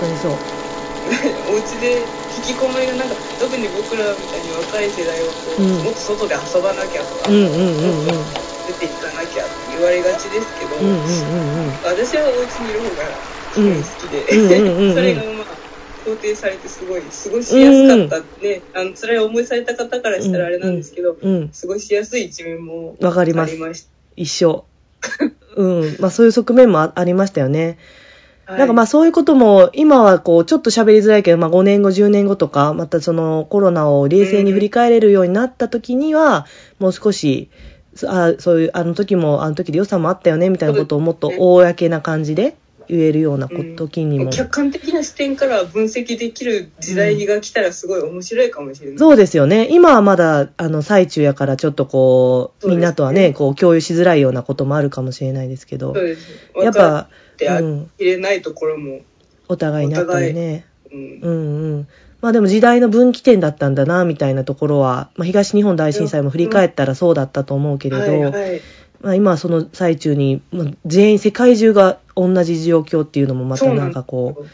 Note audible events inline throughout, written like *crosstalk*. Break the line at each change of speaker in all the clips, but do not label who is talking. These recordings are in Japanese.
当にそう
お家で引きこもりがなんか特に僕らみたいに若い世代はこう、
うん
もっと外で遊ばなきゃとか、
うんうんうんうん
出て行かなきゃって言われがちですけど、
うんうんうんうん
私はお家にいる方がすごい好きで、
うんうんうんうんうん
*laughs* それがまあ肯定されてすごい過ごしやすかったね、あの辛い思いされた方からしたらあれなんですけど、
うん
過ごしやすい一面も
わかります
ありまし
一 *laughs* 緒うんまあそういう側面もあありましたよね
た
なんかまあ
はい
そういうことも、今はこう、ちょっと喋りづらいけど、まあ5年後、10年後とか、またそのコロナを冷静に振り返れるようになった時には、もう少し、そあそういう、あの時も、あの時で良さもあったよね、みたいなことをもっと公な感じで言えるようなこ
うん
時にも。
客観的な視点から分析できる時代が来たらすごい面白いかもしれない。
そうですよね。今はまだ、あの、最中やから、ちょっとこう、
そうで
み
すね
んなとはね、こう、共有しづらいようなこともあるかもしれないですけど
そう、です。
や
分
っ
か
ぱ
って、あ
うん
きれないところも、
お互いにあったり
お
ね。
うん
うんうん。まあでも時代の分岐点だったんだな、みたいなところは、まあ、東日本大震災も振り返ったらそうだったと思うけれど、
はいはい、
まあ今はその最中に、まあ全員世界中が同じ状況っていうのもまたなんかこう、
う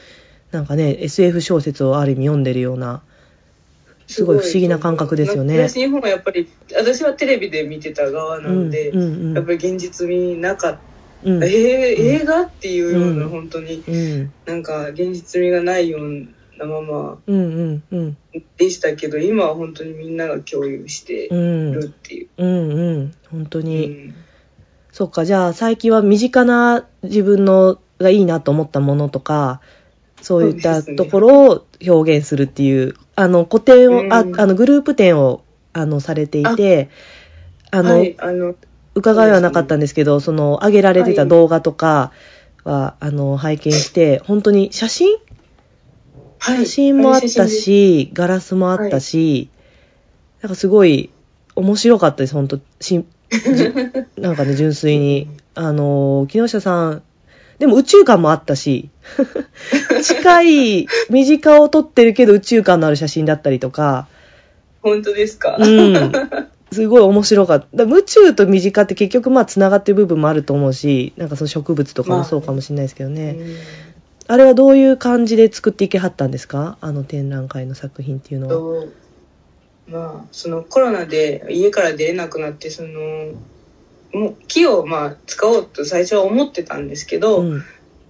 なんかね、SF 小説をある意味読んでるような、
す、
すごい不思議な感覚ですよね
東日本はやっぱり、私はテレビで見てた側な
うんん
で、
うん
やっぱり現実味なかった。
うん。
えー映画っていうような、
うん
本当に、
うん
なんか現実味がないようなまま
うんうんうん
でしたけど、今は本当にみんなが共有して
うんうん
るっていう。
うん本当
う
に、
ん
そっかじゃあ最近は身近な自分のがいいなと思ったものとかそういっ
そう
た
ですね
ところを表現するっていうあの個展を、あ
うん
あのグループ展をあのされていてあの、
はい、あの、
伺いはなかったんですけどその上げられてた動画とかは、あの拝見して本当に写真
は
写
い
真もあった
写真で
し、ガラスもあったし、なんかすごい面白かったです、本当しんじ
*laughs*
なんかね、純粋に。あのー、木下さん、でも宇宙観もあったし、
*laughs*
近い、身近を撮ってるけど宇宙観のある写真だったりとか、
本当ですか、
うん。すごい面白かった。だから宇宙と身近って結局まあ繋がってる部分もあると思うし、なんかその植物とかもそうかもしれないですけどね。あれはどういう感じで作っていけはったんですかあの展覧会の作品っていうのは。
とまあそのコロナで家から出れなくなってそのもう木をまあ使おうと最初は思ってたんですけど、
うん、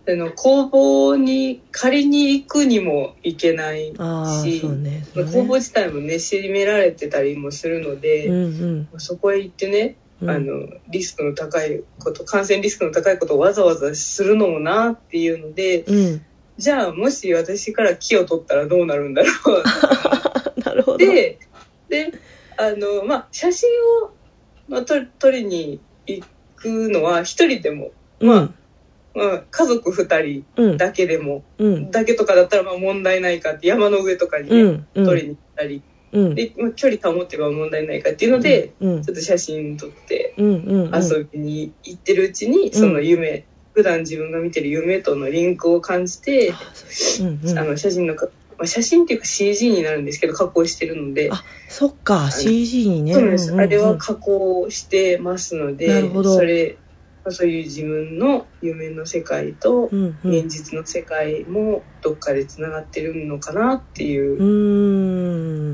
あの工房に借りに行くにも行けないし、
ああ、そうね。そう
まあ
ね
工房自体もね閉められてたりもするので、
うんうん
そこへ行ってね、
うん
あのリスクの高いこと感染リスクの高いことをわざわざするのもなっていうので *laughs*
うん。
じゃあもし私から木を取ったらどうなるんだろう
なるほど。
で、で、あの、まあ、写真を、まあ、撮撮りに行くのは一人でも、
うん、
まあ、家族二人
うん、
だけでも、
うん、
だけとかだったらまあ問題ないかって山の上とかに
う
ね、
ん、
撮りに行ったり、
うん、
で、まあ、距離保てば問題ないかっていうので、
うん、うん
ちょっと写真撮って
うん、うん、
遊びに行ってるうちに、その夢、普段自分が見てる夢とのリンクを感じて、
うん、う
あ
ん。
の写真のか、まあ、写真っていうか CG になるんですけど、加工してるので、
あ、そっか、CG にね。
そうなんです。
んん
あれは加工してますの
な
で
るほど、
それ、そういう自分の夢の世界と
う、ん、うん。
現実の世界もどっかで繋がってるのかなっていう
うー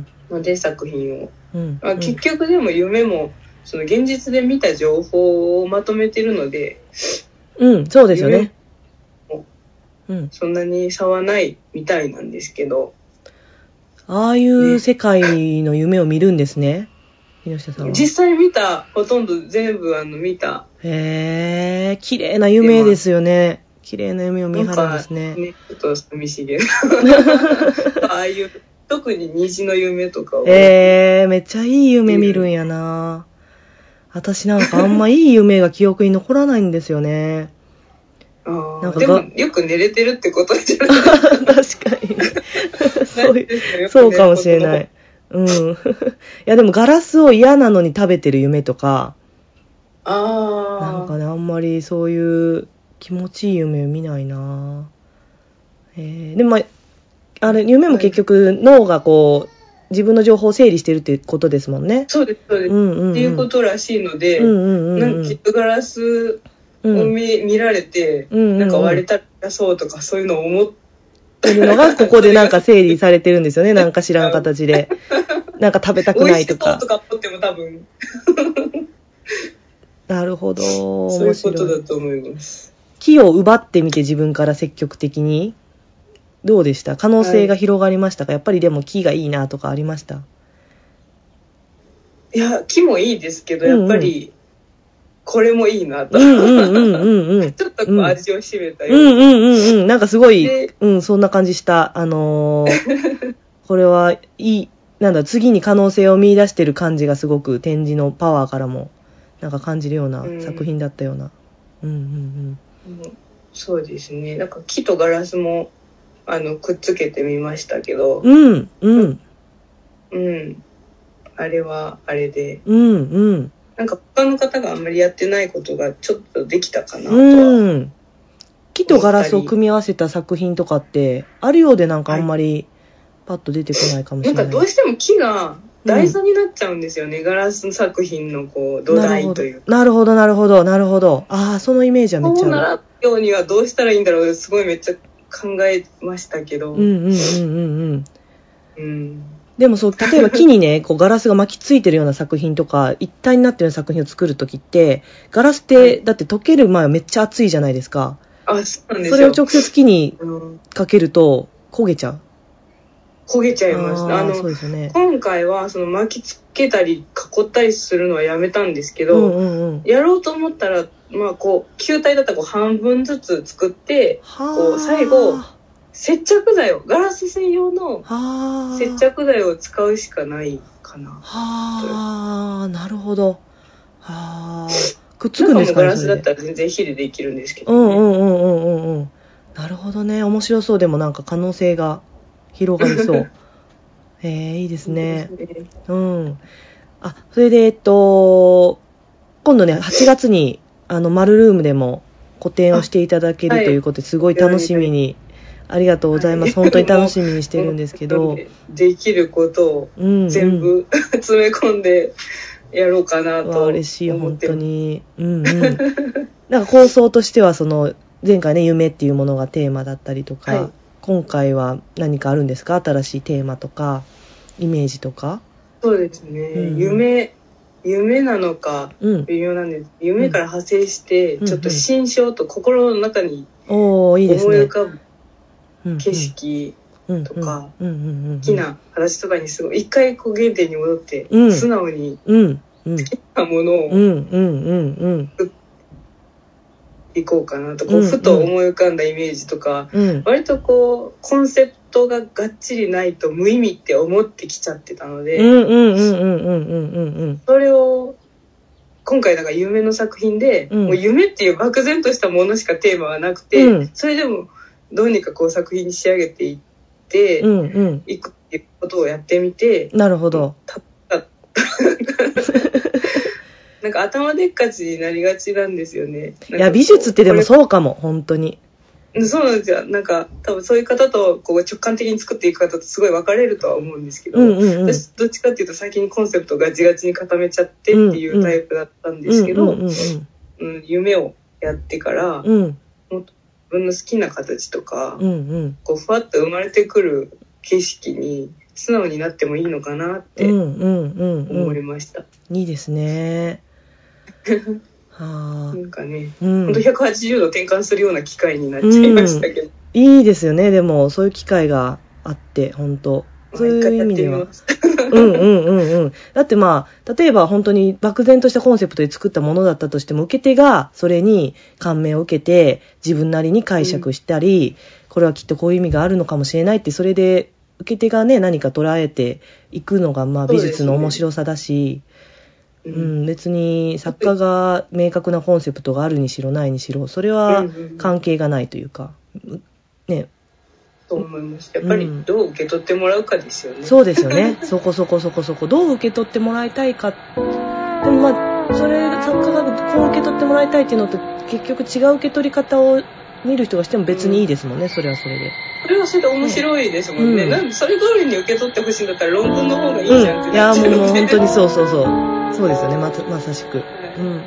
ん。
ので作品を。
うん。
まあ、結局でも夢も、その現実で見た情報をまとめてるので、
うん、そうですよね。うん。
そんなに差はないみたいなんですけど、
ああいう世界の夢を見るんですね。木下さんは。
実際見た、ほとんど全部あの見た、
へえ、綺麗な夢ですよね。綺麗な夢を見
なん
はるん
か
ですね。
ね、ちょっと寂
*laughs*
しげな。ああいう、特に虹の夢とかを。
えー、めっちゃいい夢見るんやな。私なんかあんまいい夢が記憶に残らないんですよね。
あ
なん
あ
か
でも
が、
よく寝れてるってことじゃない
*laughs* 確かに。そういう、
ですよ
そうかもしれな。
よ
い。うん。いやでもガラスを嫌なのに食べてる夢とか、
く寝
な
ることあ
ん
あ。
かね、あんまりそういう気持ちいい夢見ないな。えー、でもまあ、あれ、夢も結局脳がこう、自分の情報を整理してるっていうことですもんね。
そうです、そうです。
うんうんうん
っていうことらしいので、
うんうんうん
な
うん
か
ん。
ガラスを
うん
見,、見られて、
うんうんうん
なんか割れたらそうとかそういうのを思っ
ってるのが、ここでなんか整理されてるんですよね。なんか知らん形で。なんか食べたく
美
な
味
い
しそ
と
う
か
と。か思っても多分、
なるほど。
そうい
面
うこと
白
だ
い。
と思います。
木を奪ってみて自分から積極的に。どうでした可能性が広がりましたか、やっぱりでも木がいいなとかありま
*laughs*
した
いや、木もいいですけど、
うんうん
やっぱり、これもいいなと。
うんうんうんうんうん。
ちょっとこ
う
うん味を占めた
う
ような。
んうんうんうん。なんかすごい
で、
うん、そんな感じした。あのー *laughs* これはいい、なんだ、次に可能性を見出してる感じがすごく展示のパワーからも、なんか感じるような
うん
作品だったような。うんうん
うんそうですね。なんか木とガラスも、あの、くっつけてみましたけど、
うん。うんうん
うん。あれは、あれで。
うんうん
なんか他の方があんまりやってないことがちょっとできたかなとは。
うん。木とガラスを組み合わせた作品とかって、あるようでなんかあんまりパッと出てこないかもし
な
れ
ん
な
か
い。
どうしても木が台座になっちゃうんですよね。ガラス作品のこう、土台というか。
なるほど、なるほど、なるほど。ああ、そのイメージはめっち
そうな
ゃある。
らんようにはどうしたらいいんだろうすごいめっちゃ考えましたけど。
うんうんうんうんうん。
うん
でもそう、例えば木にね、 *laughs* こうガラスが巻きついてるような作品とか、一体になってるような作品を作るときって、ガラスって、だって溶ける前はめっちゃ熱いじゃないですか。
あ、そうなんで
そ
すよ。
れを直接木に
うん
かけると、焦げちゃう。
焦げちゃいました。あ
ー
の
そう、ですよね。
今回はその巻きつけたり囲ったりするのはやめたんですけ
う
ど、
んうんうん。
やろうと思ったら、まあこう、球体だったらこう半分ずつ作って、
はあ。
最後
は
接着剤を、ガラス専用の
あ。
接着剤を使うしかないかな。
はあ、なるほど。はあ。くっつくんですか
中もガ
ね、
ラス
そ
だ
れ
っ
で。
たら全然火でできるんですけ
う
ど、
ん
ね。
うんうんうんうんうん。なるほどね。面白そう。でもなんか可能性が広がり
*laughs*
そう。ええいいですね。
そうですね。
うん。あ、それで、えっと、今度ね、8月に、あの、マルルームでも個展をしていただけ
あは
る
い
ということで、すごい楽しみに、ありがとうございます。
は
本
い
当に楽しみにしてるんです
*laughs*
けど、
できることを
うん、うん。
全部、 *laughs* 詰め込んでやろうかな
わあ
と。
嬉しい、
思
本
って
当
*laughs*
に。うんうん。なんか構想としては、その、前回ね、夢っていうものがテーマだったりとか、
はい
今回は何かあるんですか新しいテーマとか、イメージとか。
そうですね。
うん
夢、夢なのか、
うん。
微妙なんです夢から派生して、
うん
ちょっと心象と心の中に
おー、いい
思い
です
浮
ね。
かぶ景色、
うんうん
とか、
うんうんうんうん、
好きな話とかにすごい一回こう原点に戻って、
うん
素直に
うん、うん、
好きなもの
う
を
ん、うん、うん、うん、
行こうかなとか、
うん
ふと思い浮かんだイメージとか、
うん。
割とこうコンセプトががっちりないと無意味って思ってきちゃってたので、
うんうんうんうんうんうんうんうん。
それを今回だから夢の作品で、
うん
もう夢っていう漠然としたものしかテーマはなくて、
うん
それでもどうにかこう作品に仕上げていって、
うんうん。
いくっていうことをやってみて、
なるほど。
たった *laughs* なんか頭でっかちになりがちなんですよね。
いや、美術ってでも
う
そうかも、本当に。
うん。そうなんですよ。なんか、多分そういう方と、こう、直感的に作っていく方とすごい分かれるとは思うんですけど、
うんうんうん。
私、どっちかっていうと先にコンセプトガチガチに固めちゃってってい
んう
うんうタイプだったんですけど、
うんうんうん
うん夢をやってから、自
うん。うん
分の好きな形とか、
うんうん。
こう、ふわっと生まれてくる景色に、素直になってもいいのかな
う
っ
ん
て
うんうん
思
う
い
ん。
ました。
いいです
*laughs*
ね。はあ
な。んかね、
うん
本当。180度転換するような機会になっちゃいましたけど、
いいですよね、でも、そういう機会があって、本当そう
まあ一回
いう
や
意
っ
味
て
で
み
は
ま。す。
うんうんうんうん。だってまあ、例えば本当に漠然としたコンセプトで作ったものだったとしても、受け手がそれに感銘を受けて、自分なりに解釈したり、これはきっとこういう意味があるのかもしれないって、それで受け手がね、何か捉えていくのが、まあ
そう
美
ですね
術の面白さだし、
う
うんん、別に作家が明確なコンセプトがあるにしろないにしろ、それは
うんうん
関係がないというか、ね、
と思います。やっぱ
うん
りどう受け取ってもらうかですよね。
そうですよ *laughs* ね。そこそこそこそこ。どう受け取ってもらいたいか。でもまあ、それ、作家がこう受け取ってもらいたいっていうのと、結局違う受け取り方を見る人がしても別にいいですもんね、それはそれで。
それはそれで面白いですもんね。
うん
なんでそれ通りに受け取ってほしいんだったら論文の方がいいじゃんっ
うん。 *laughs* い
てな
や、
っち
も
ゃ
う
う
もう本当に
う。
そうそうそう。そうですよね、まさまさしく。
はい
うんうん。